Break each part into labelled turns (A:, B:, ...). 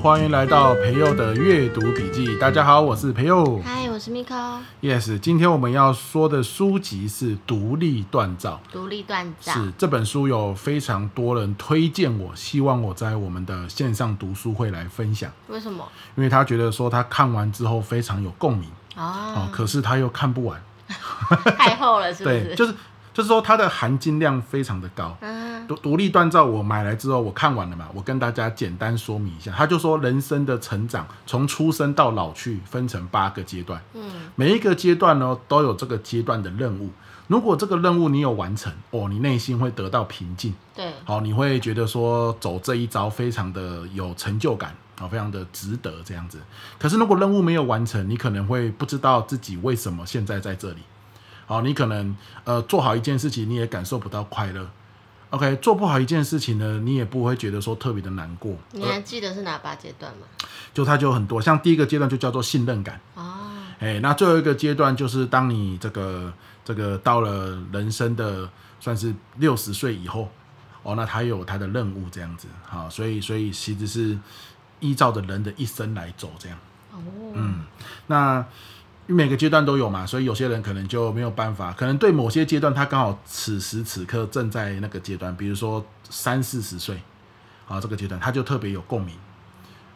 A: 欢迎来到培佑的阅读笔记。大家好，我是培佑。
B: 嗨，我是 Miko，
A: Yes，今天我们要说的书籍是《独立锻造》。
B: 独立锻造。
A: 是这本书有非常多人推荐我，希望我在我们的线上读书会来分享，
B: 为什么？
A: 因为他觉得说他看完之后非常有共鸣哦
B: 哦，，
A: 可是他又看不完。
B: 太厚了，是不
A: 哦对，
B: 是？
A: 就是就是说它的含金量非常的高。
B: 嗯，
A: 独独立锻造我买来之后，我看完了嘛，我跟大家简单说明一下。他就说人生的成长从出生到老去分成八个阶段，
B: 嗯，
A: 每一个阶段呢都有这个阶段的任务。如果这个任务你有完成，哦，你内心会得到平静，
B: 对，
A: 好、你会觉得说走这一招非常的有成就感，啊、非常的值得这样子。可是如果任务没有完成，你可能会不知道自己为什么现在在这里。好、你可能呃做好一件事情，你也感受不到快乐。OK，做不好一件事情呢，你也不会觉得说特别的难过。
B: 你还记得是哪八阶段吗？
A: 就它就有很多，像第一个阶段就叫做信任感。
B: 哦，
A: 哎，那最后一个阶段就是当你这个这个到了人生的算是六十岁以后，哦，那他有他的任务这样子，好，所以所以其实是依照着人的一生来走这样。
B: 哦，
A: 嗯，那每个阶段都有嘛，所以有些人可能就没有办法，可能对某些阶段他刚好此时此刻正在那个阶段，比如说三四十岁，啊这个阶段他就特别有共鸣，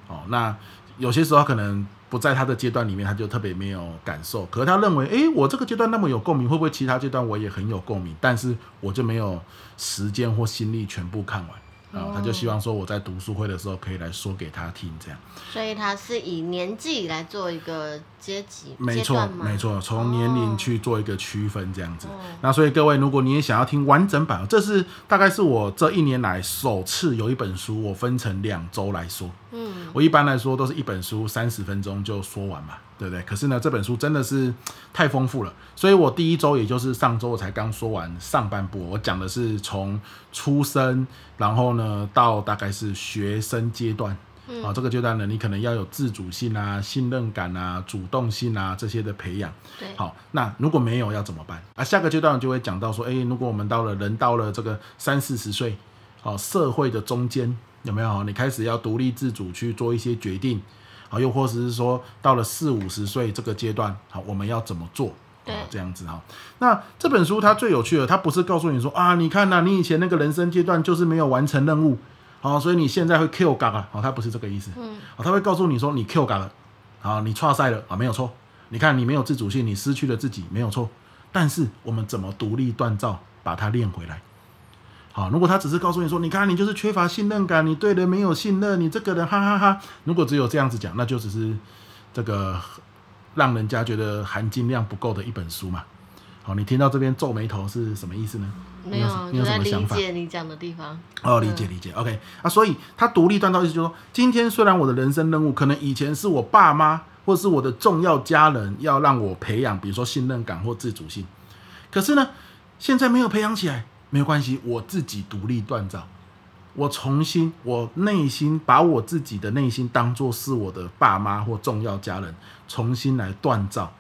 A: 哦，那有些时候他可能不在他的阶段里面，他就特别没有感受，可是他认为，诶，我这个阶段那么有共鸣，会不会其他阶段我也很有共鸣，但是我就没有时间或心力全部看完。啊、他就希望说我在读书会的时候可以来说给他听，这样。
B: 所以它是以年纪来做一个阶级
A: 没
B: 阶
A: 错
B: 段，吗？
A: 没错，从年龄去做一个区分，这样子。
B: 哦
A: 那所以各位，如果你也想要听完整版，这是大概是我这一年来首次有一本书，我分成两周来说。
B: 嗯，
A: 我一般来说都是一本书三十分钟就说完嘛，对不对？可是呢，这本书真的是太丰富了，所以我第一周也就是上周我才刚说完上半部，我讲的是从出生，然后呢到大概是学生阶段。
B: 嗯
A: 啊，这个阶段呢，你可能要有自主性啊、信任感啊、主动性啊这些的培养。
B: 对，
A: 好，那如果没有要怎么办啊？下个阶段就会讲到说，哎诶，如果我们到了人到了这个三四十岁，哦，社会的中间有没有？你开始要独立自主去做一些决定，好，又或者是说到了四五十岁这个阶段，好，我们要怎么做？
B: 对
A: 哦这样子哈。那这本书它最有趣的，它不是告诉你说啊，你看呐、你以前那个人生阶段就是没有完成任务，好、所以你现在会 Q 嘎嘎，好、它不是这个意思，
B: 嗯，
A: 哦，他会告诉你说你 Q 嘎了，啊，你错赛了啊，没有错。你看你没有自主性，你失去了自己，没有错。但是我们怎么独立锻造，把它练回来？好，如果他只是告诉你说，你看你就是缺乏信任感，你对人没有信任，你这个人哈哈哈如果只有这样子讲，那就只是这个让人家觉得含金量不够的一本书嘛。好，你听到这边皱眉头是什么意思呢？
B: 没
A: 你有什
B: 有，
A: 你有什
B: 就在
A: 么
B: 理
A: 想法？
B: 解你讲的地方。
A: 哦，理
B: 嗯
A: 解理解，OK 啊，所以他独立锻造意思就是说，今天虽然我的人生任务可能以前是我爸妈或是我的重要家人要让我培养，比如说信任感或自主性，可是呢，现在没有培养起来，没有关系，我自己独立锻造，我重新，我内心把我自己的内心当做是我的爸妈或重要家人，重新来锻造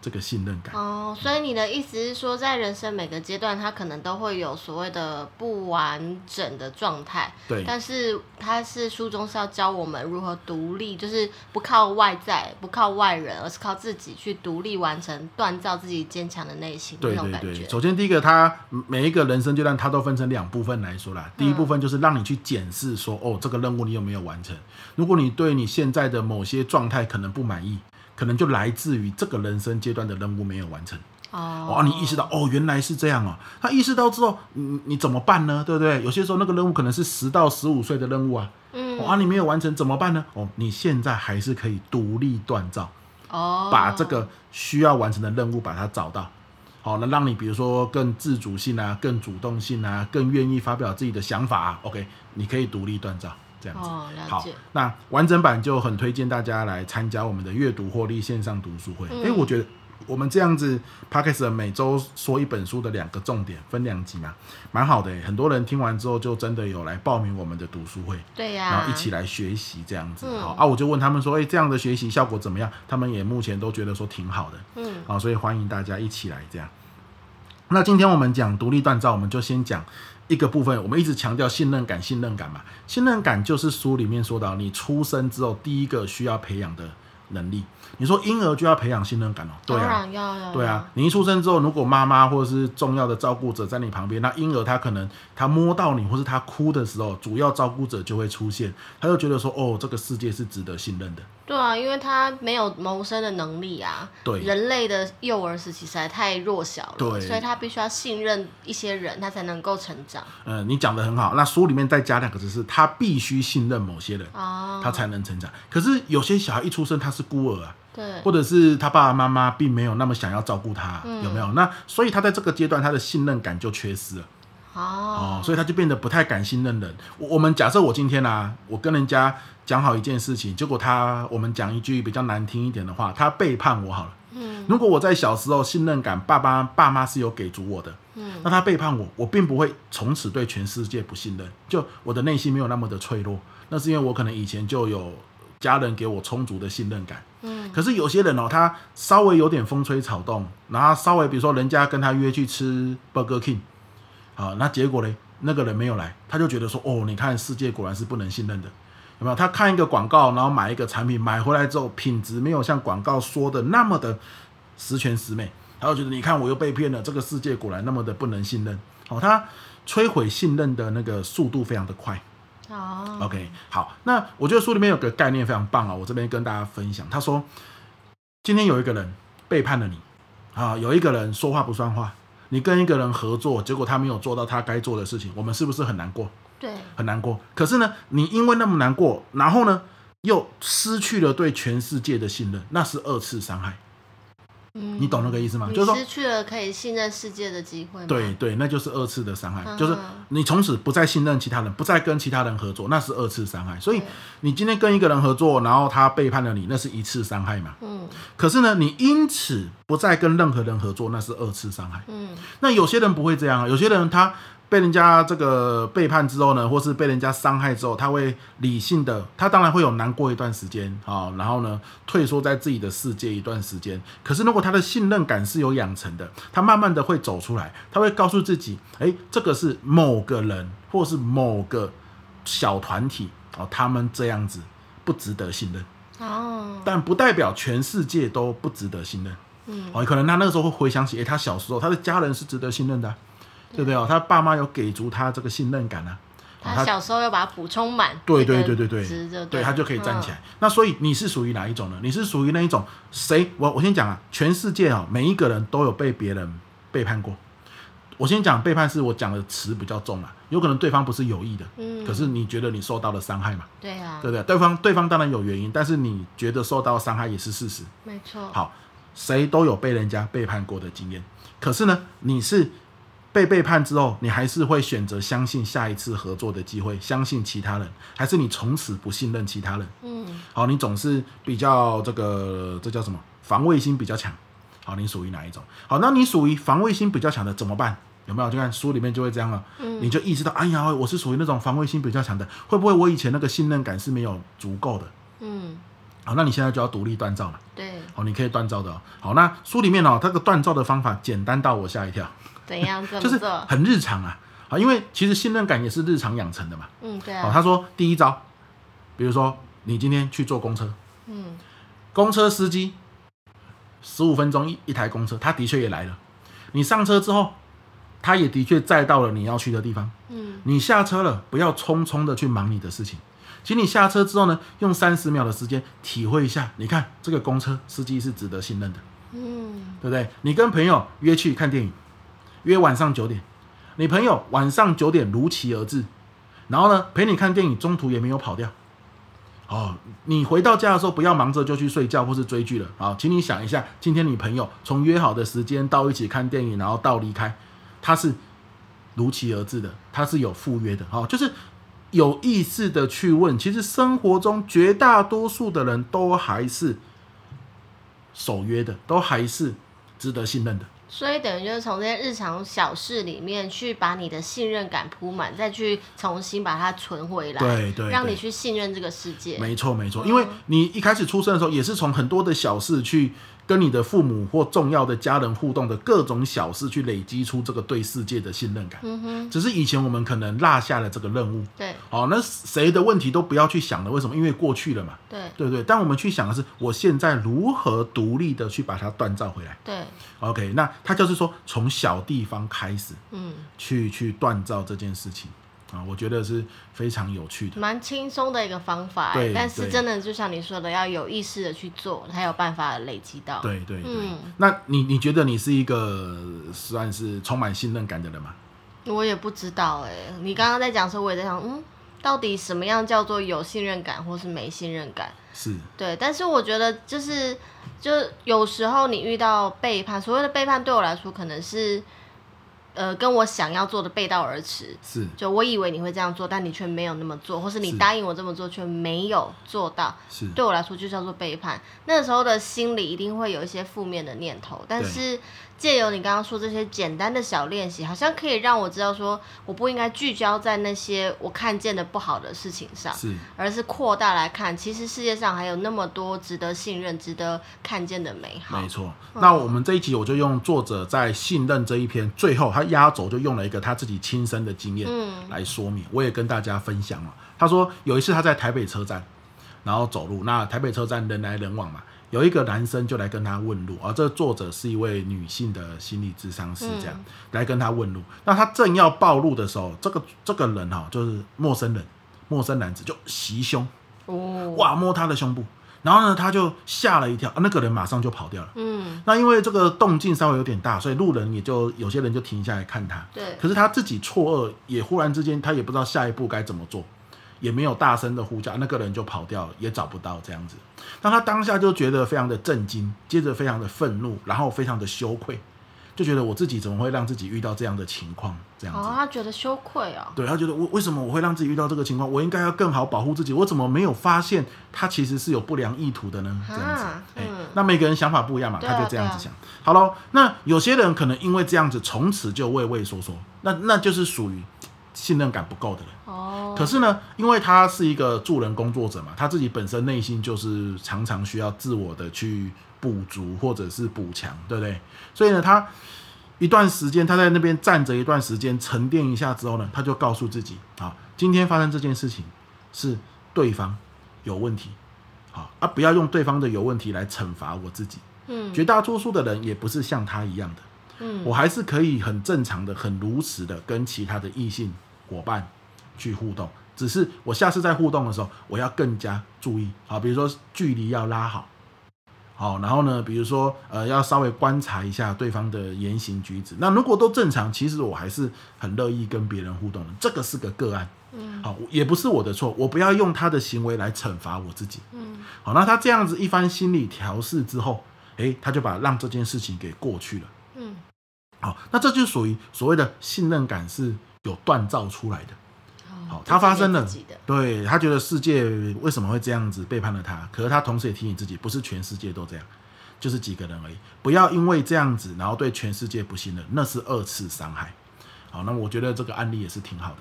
A: 这个信任感。
B: 哦，所以你的意思是说，在人生每个阶段，它可能都会有所谓的不完整的状态，
A: 对
B: 但是它是书中是要教我们如何独立，就是不靠外在，不靠外人，而是靠自己去独立完成，锻造自己坚强的内心
A: 对
B: 那种
A: 对
B: 感
A: 对，
B: 觉。
A: 首先第一个，它每一个人生阶段，它都分成两部分来说啦。第
B: 嗯
A: 一部分就是让你去检视说，哦，这个任务你有没有完成？如果你对你现在的某些状态可能不满意，可能就来自于这个人生阶段的任务没有完成。
B: 哦
A: 哦，你意识到哦，原来是这样哦。他意识到之后，你你怎么办呢？对不对？有些时候那个任务可能是十到十五岁的任务啊，
B: 嗯
A: 哦啊，你没有完成怎么办呢？哦，你现在还是可以独立锻造。
B: 哦，
A: 把这个需要完成的任务把它找到。好，那让你比如说更自主性啊，更主动性啊，更愿意发表自己的想法、啊。OK，你可以独立锻造这样子。
B: 哦了
A: 好
B: 解，
A: 那完整版就很推荐大家来参加我们的阅读获利线上读书会。
B: 嗯
A: 因为我觉得我们这样子 p a c k e s 每周说一本书的两个重点，分两集嘛，蛮好的耶。很多人听完之后就真的有来报名我们的读书会。
B: 对呀、
A: 然后一起来学习这样子。
B: 啊嗯
A: 好啊，我就问他们说，哎、这样的学习效果怎么样？他们也目前都觉得说挺好的。
B: 嗯
A: 好，所以欢迎大家一起来这样。那今天我们讲独立锻造，我们就先讲一个部分。我们一直强调信任感，信任感嘛，信任感就是书里面说到，你出生之后第一个需要培养的能力。你说婴儿就要培养信任感哦，对
B: 当
A: 啊，
B: 然要要
A: 对啊，，你一出生之后，如果妈妈或者是重要的照顾者在你旁边，那婴儿他可能他摸到你，或是他哭的时候，主要照顾者就会出现，他就觉得说，哦，这个世界是值得信任的。
B: 对啊，因为他没有谋生的能力啊。
A: 对
B: 人类的幼儿时期实在太弱小了，
A: 对
B: 所以他必须要信任一些人，他才能够成长
A: 嗯，你讲的很好。那书里面再加两个字是，他必须信任某些人，
B: 啊。
A: 他才能成长。可是有些小孩一出生他是孤儿啊，
B: 对，
A: 或者是他爸爸妈妈并没有那么想要照顾他，有没有？那所以他在这个阶段他的信任感就缺失了。哦
B: 哦，，
A: 所以他就变得不太敢信任人。我我们假设我今天啊，我跟人家讲好一件事情，结果他我们讲一句比较难听一点的话，他背叛我好了。
B: 嗯，
A: 如果我在小时候信任感，爸爸爸妈是有给足我的，
B: 嗯，
A: 那他背叛我，我并不会从此对全世界不信任，就我的内心没有那么的脆弱，那是因为我可能以前就有家人给我充足的信任感，
B: 嗯，
A: 可是有些人哦，他稍微有点风吹草动，然后稍微比如说人家跟他约去吃 Burger King，好，啊那结果嘞，那个人没有来，他就觉得说，哦，你看世界果然是不能信任的，有没有？他看一个广告，然后买一个产品，买回来之后品质没有像广告说的那么的十全十美，他就觉得你看我又被骗了，这个世界果然那么的不能信任。哦，他摧毁信任的那个速度非常的快。
B: 哦，
A: OK，好，那我觉得书里面有个概念非常棒啊、我这边跟大家分享。他说，今天有一个人背叛了你，啊，有一个人说话不算话，你跟一个人合作，结果他没有做到他该做的事情，我们是不是很难过？
B: 对，
A: 很难过。可是呢，你因为那么难过，然后呢，又失去了对全世界的信任，那是二次伤害。
B: 嗯，
A: 你懂那个意思吗？
B: 你
A: 就是说
B: 失，去了可以信任世界的机会吗？
A: 对，对，那就是二次的伤害，
B: 嗯
A: 就是你从此不再信任其他人，不再跟其他人合作，那是二次伤害。所以你今天跟一个人合作，然后他背叛了你，那是一次伤害嘛。
B: 嗯
A: 可是呢，你因此不再跟任何人合作，那是二次伤害。
B: 嗯，
A: 那有些人不会这样啊，有些人他被人家这个背叛之后呢，或是被人家伤害之后，他会理性的，他当然会有难过一段时间啊、然后呢，退缩在自己的世界一段时间。可是如果他的信任感是有养成的，他慢慢的会走出来，他会告诉自己，诶，这个是某个人或是某个小团体哦，他们这样子不值得信任。
B: 哦，
A: 但不代表全世界都不值得信任。
B: 嗯，
A: 哦，可能他那个时候会回想起，诶，他小时候他的家人是值得信任的啊、对不对哦？他爸妈有给足他这个信任感啊。哦
B: 他小时候要把它补充满，
A: 对对对对对
B: 值得，嗯
A: 对他就可以站起来。那所以你是属于哪一种呢？你是属于那一种谁？我我先讲啊，全世界啊、每一个人都有被别人背叛过。我先讲背叛是我讲的词比较重啊，有可能对方不是有意的，
B: 嗯
A: 可是你觉得你受到了伤害嘛，
B: 嗯，对啊，
A: 对不对？对方对方当然有原因，但是你觉得受到伤害也是事实，
B: 没错，，
A: 好，谁都有被人家背叛过的经验。可是呢，你是被背叛之后，你还是会选择相信下一次合作的机会，相信其他人，还是你从此不信任其他人？
B: 嗯，
A: 好，你总是比较这个这叫什么？防卫心比较强。好，你属于哪一种？好，那你属于防卫心比较强的怎么办？有没有？就看书里面就会这样了，
B: 嗯
A: 你就意识到，哎呀，我是属于那种防卫心比较强的，会不会我以前那个信任感是没有足够的？
B: 嗯，
A: 好，那你现在就要独立锻造嘛。
B: 对，
A: 哦，你可以锻造的、哦。好，那书里面哦，这个锻造的方法简单到我吓一跳，
B: 怎样怎
A: 就是
B: 么做？
A: 很日常啊。啊，因为其实信任感也是日常养成的嘛。
B: 嗯，对
A: 哦，
B: 啊，
A: 他说第一招，比如说你今天去坐公车，
B: 嗯，
A: 公车司机十五分钟一一台公车，他的确也来了。你上车之后，他也的确载到了你要去的地方。
B: 嗯，
A: 你下车了，不要匆匆的去忙你的事情。请你下车之后呢，用三十秒的时间体会一下，你看这个公车司机是值得信任的。
B: 嗯，
A: 对不对？你跟朋友约去看电影，约晚上九点，你朋友晚上九点如期而至，然后呢陪你看电影，中途也没有跑掉。哦，你回到家的时候不要忙着就去睡觉或是追剧了啊、请你想一下，今天你朋友从约好的时间到一起看电影，然后到离开，他是如期而至的，他是有赴约的哦，就是有意识的去问。其实生活中绝大多数的人都还是守约的，都还是值得信任的。
B: 所以等于就是从这些日常小事里面去把你的信任感铺满，再去重新把它存回来，
A: 对对
B: 让
A: 对
B: 你去信任这个世界，
A: 没错没错，因为你一开始出生的时候也是从很多的小事去跟你的父母或重要的家人互动的各种小事，去累积出这个对世界的信任感。
B: 嗯哼，
A: 只是以前我们可能落下了这个任务，
B: 对
A: 好、那谁的问题都不要去想了，为什么？因为过去了嘛，
B: 对
A: 对不对？但我们去想的是，我现在如何独立的去把它锻造回来。
B: 对，
A: OK，那他就是说从小地方开始
B: 嗯，
A: 去去锻造这件事情啊，我觉得是非常有趣的。
B: 蛮轻松的一个方法欸
A: 对，
B: 但是
A: 对
B: 真的就像你说的，要有意识的去做，才有办法累积到。
A: 对对对，
B: 嗯
A: 那你你觉得你是一个呃算是充满信任感的人吗？
B: 我也不知道哎、你刚刚在讲的时候，我也在想，嗯，到底什么样叫做有信任感，或是没信任感？
A: 是，
B: 对，但是我觉得就是，就有时候你遇到背叛，所谓的背叛对我来说，可能是，呃，跟我想要做的背道而驰。
A: 是
B: 就我以为你会这样做，但你却没有那么做，或是你
A: 是
B: 答应我这么做却没有做到，
A: 是，
B: 对我来说就叫做背叛。那时候的心里一定会有一些负面的念头，但
A: 对
B: 是借由你刚刚说这些简单的小练习，好像可以让我知道说，我不应该聚焦在那些我看见的不好的事情上，
A: 是
B: 而是扩大来看，其实世界上还有那么多值得信任、值得看见的美好嗯
A: 没。错。那我们这一集我就用作者在信任这一篇最后他压轴就用了一个他自己亲身的经验
B: 嗯
A: 来说明，我也跟大家分享了。他说有一次他在台北车站，然后走路，那台北车站人来人往嘛。有一个男生就来跟他问路，而、这作者是一位女性的心理咨商师，这
B: 嗯
A: 样、来跟他问路。那他正要暴露的时候，这个这个人哈、就是陌生人，陌生男子就袭胸，
B: 哦，，
A: 哇，摸他的胸部，然后呢，他就吓了一跳，啊那个人马上就跑掉了。
B: 嗯，
A: 那因为这个动静稍微有点大，所以路人也就有些人就停下来看他。
B: 对
A: 可是他自己错愕，也忽然之间他也不知道下一步该怎么做，也没有大声的呼叫，那个人就跑掉了，也找不到这样子。那他当下就觉得非常的震惊，接着非常的愤怒，然后非常的羞愧，就觉得我自己怎么会让自己遇到这样的情况？这样子。
B: 哦，他觉得羞愧哦，
A: 对他觉得我为什么我会让自己遇到这个情况？我应该要更好保护自己，我怎么没有发现他其实是有不良意图的呢？这样子
B: 啊，
A: 哎、
B: 嗯
A: 那每个人想法不一样嘛，
B: 对啊
A: 他就这样子想。好了，那有些人可能因为这样子，从此就畏畏缩缩，那那就是属于信任感不够的人。
B: 哦，
A: 可是呢，因为他是一个助人工作者嘛，他自己本身内心就是常常需要自我的去补足或者是补强，对不对？所以呢，他一段时间他在那边站着一段时间沉淀一下之后呢，他就告诉自己，好，今天发生这件事情是对方有问题，好啊，不要用对方的有问题来惩罚我自己。
B: 嗯
A: 绝大多数的人也不是像他一样的，
B: 嗯
A: 我还是可以很正常的、很如实的跟其他的异性伙伴去互动。只是我下次在互动的时候，我要更加注意，好，比如说距离要拉好，好，然后呢，比如说呃，要稍微观察一下对方的言行举止。那如果都正常，其实我还是很乐意跟别人互动的。这个是个个案，
B: 嗯
A: 好，也不是我的错，我不要用他的行为来惩罚我自己。
B: 嗯，
A: 好，那他这样子一番心理调试之后，诶，他就把让这件事情给过去了。
B: 嗯
A: 好，那这就属于所谓的信任感是有锻造出来的。
B: 嗯，
A: 好，
B: 自
A: 他
B: 己
A: 发
B: 给
A: 生了
B: 自己的，
A: 对他觉得世界为什么会这样子背叛了他？可是他同时也提醒自己，不是全世界都这样，就是几个人而已。不要因为这样子，然后对全世界不信任，那是二次伤害。好，那我觉得这个案例也是挺好的。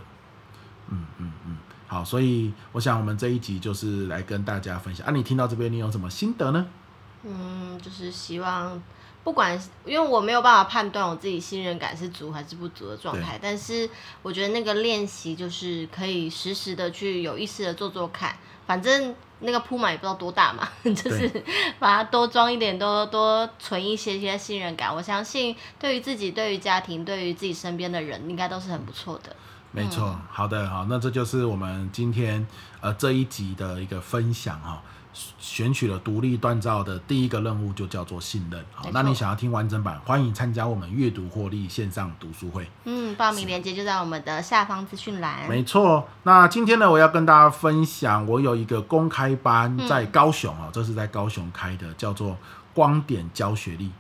A: 嗯嗯嗯，好，所以我想我们这一集就是来跟大家分享啊，你听到这边你有什么心得呢？
B: 嗯，就是希望不管，因为我没有办法判断我自己信任感是足还是不足的状态，但是我觉得那个练习就是可以实时的去有意识的做做看，反正那个铺满也不知道多大嘛， 就是把它多装一点，多多存一些些信任感。我相信对于自己、对于家庭、对于自己身边的人，应该都是很不错的。
A: 没错，
B: 嗯
A: 好的，好，那这就是我们今天呃这一集的一个分享哈、选取了独立锻造的第一个任务，就叫做信任。好
B: 没，错
A: 那你想要听完整版，欢迎参加我们阅读获利线上读书会。
B: 嗯，报名链接就在我们的下方资讯栏。
A: 没错，那今天呢，我要跟大家分享，我有一个公开班
B: 嗯
A: 在高雄哦，这是在高雄开的，叫做光点教学力。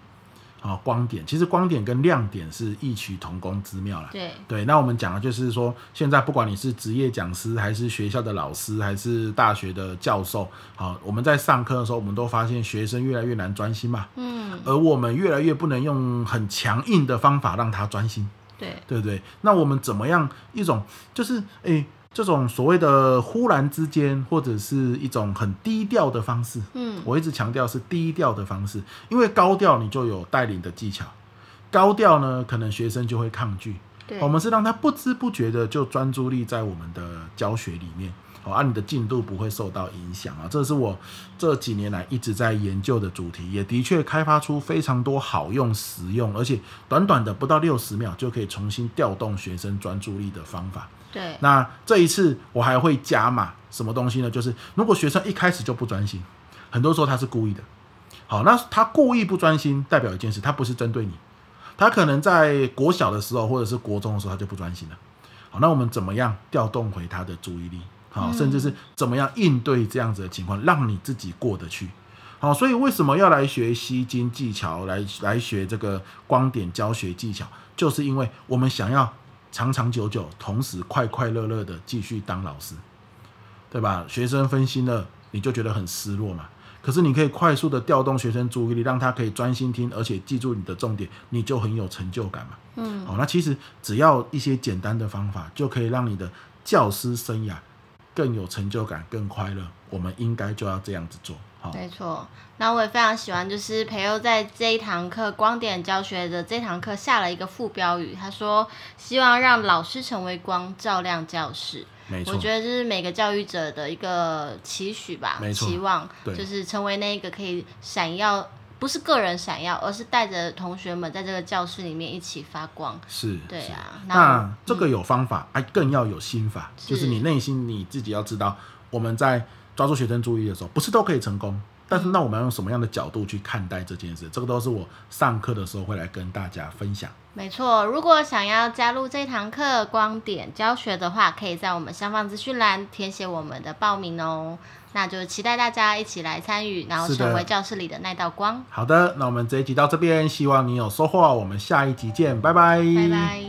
A: 哦，光点其实光点跟亮点是异曲同工之妙啦。
B: 对，
A: 对，那我们讲的就是说，现在不管你是职业讲师，还是学校的老师，还是大学的教授，好，我们在上课的时候，我们都发现学生越来越难专心嘛，
B: 嗯，
A: 而我们越来越不能用很强硬的方法让他专心，
B: 对，
A: 对不对？那我们怎么样一种就是，诶，这种所谓的忽然之间，或者是一种很低调的方式，
B: 嗯，
A: 我一直强调是低调的方式，因为高调你就有带领的技巧，高调呢，可能学生就会抗拒。
B: 对，
A: 哦我们是让他不知不觉的就专注力在我们的教学里面，好、啊，你的进度不会受到影响啊。这是我这几年来一直在研究的主题，也的确开发出非常多好用、实用，而且短短的不到六十秒就可以重新调动学生专注力的方法。
B: 对，
A: 那这一次我还会加码什么东西呢？就是如果学生一开始就不专心，很多时候他是故意的。好，那他故意不专心，代表一件事，他不是针对你，他可能在国小的时候或者是国中的时候他就不专心了。好，那我们怎么样调动回他的注意力？好，
B: 嗯
A: 甚至是怎么样应对这样子的情况，让你自己过得去。好，所以为什么要来学吸睛技巧，来来学这个光点教学技巧，就是因为我们想要长长久久，同时快快乐乐的继续当老师，对吧？学生分心了，你就觉得很失落嘛。可是你可以快速的调动学生注意力，让他可以专心听，而且记住你的重点，你就很有成就感嘛。
B: 嗯，
A: 好、那其实只要一些简单的方法，就可以让你的教师生涯更有成就感、更快乐。我们应该就要这样子做。好、
B: 没错。那我也非常喜欢，就是培优在这一堂课光点教学的这堂课下了一个副标语，他说希望让老师成为光，照亮教室。
A: 没错
B: 我，觉得这是每个教育者的一个期许吧
A: 没，错
B: 期望
A: 对
B: 就是成为那一个可以闪耀，不是个人闪耀，而是带着同学们在这个教室里面一起发光。
A: 是，
B: 对
A: 是
B: 啊，
A: 那这个有方法，哎、更要有心法，
B: 是
A: 就是你内心你自己要知道，我们在抓住学生注意的时候，不是都可以成功，但
B: 嗯
A: 是那我们要用什么样的角度去看待这件事？这个都是我上课的时候会来跟大家分享。
B: 没错，如果想要加入这堂课光点教学的话，可以在我们下方资讯栏填写我们的报名哦。那就期待大家一起来参与，然后
A: 是的
B: 成为教室里的那道光。
A: 好的，那我们这一集到这边，希望你有收获，我们下一集见，拜拜，
B: 拜拜。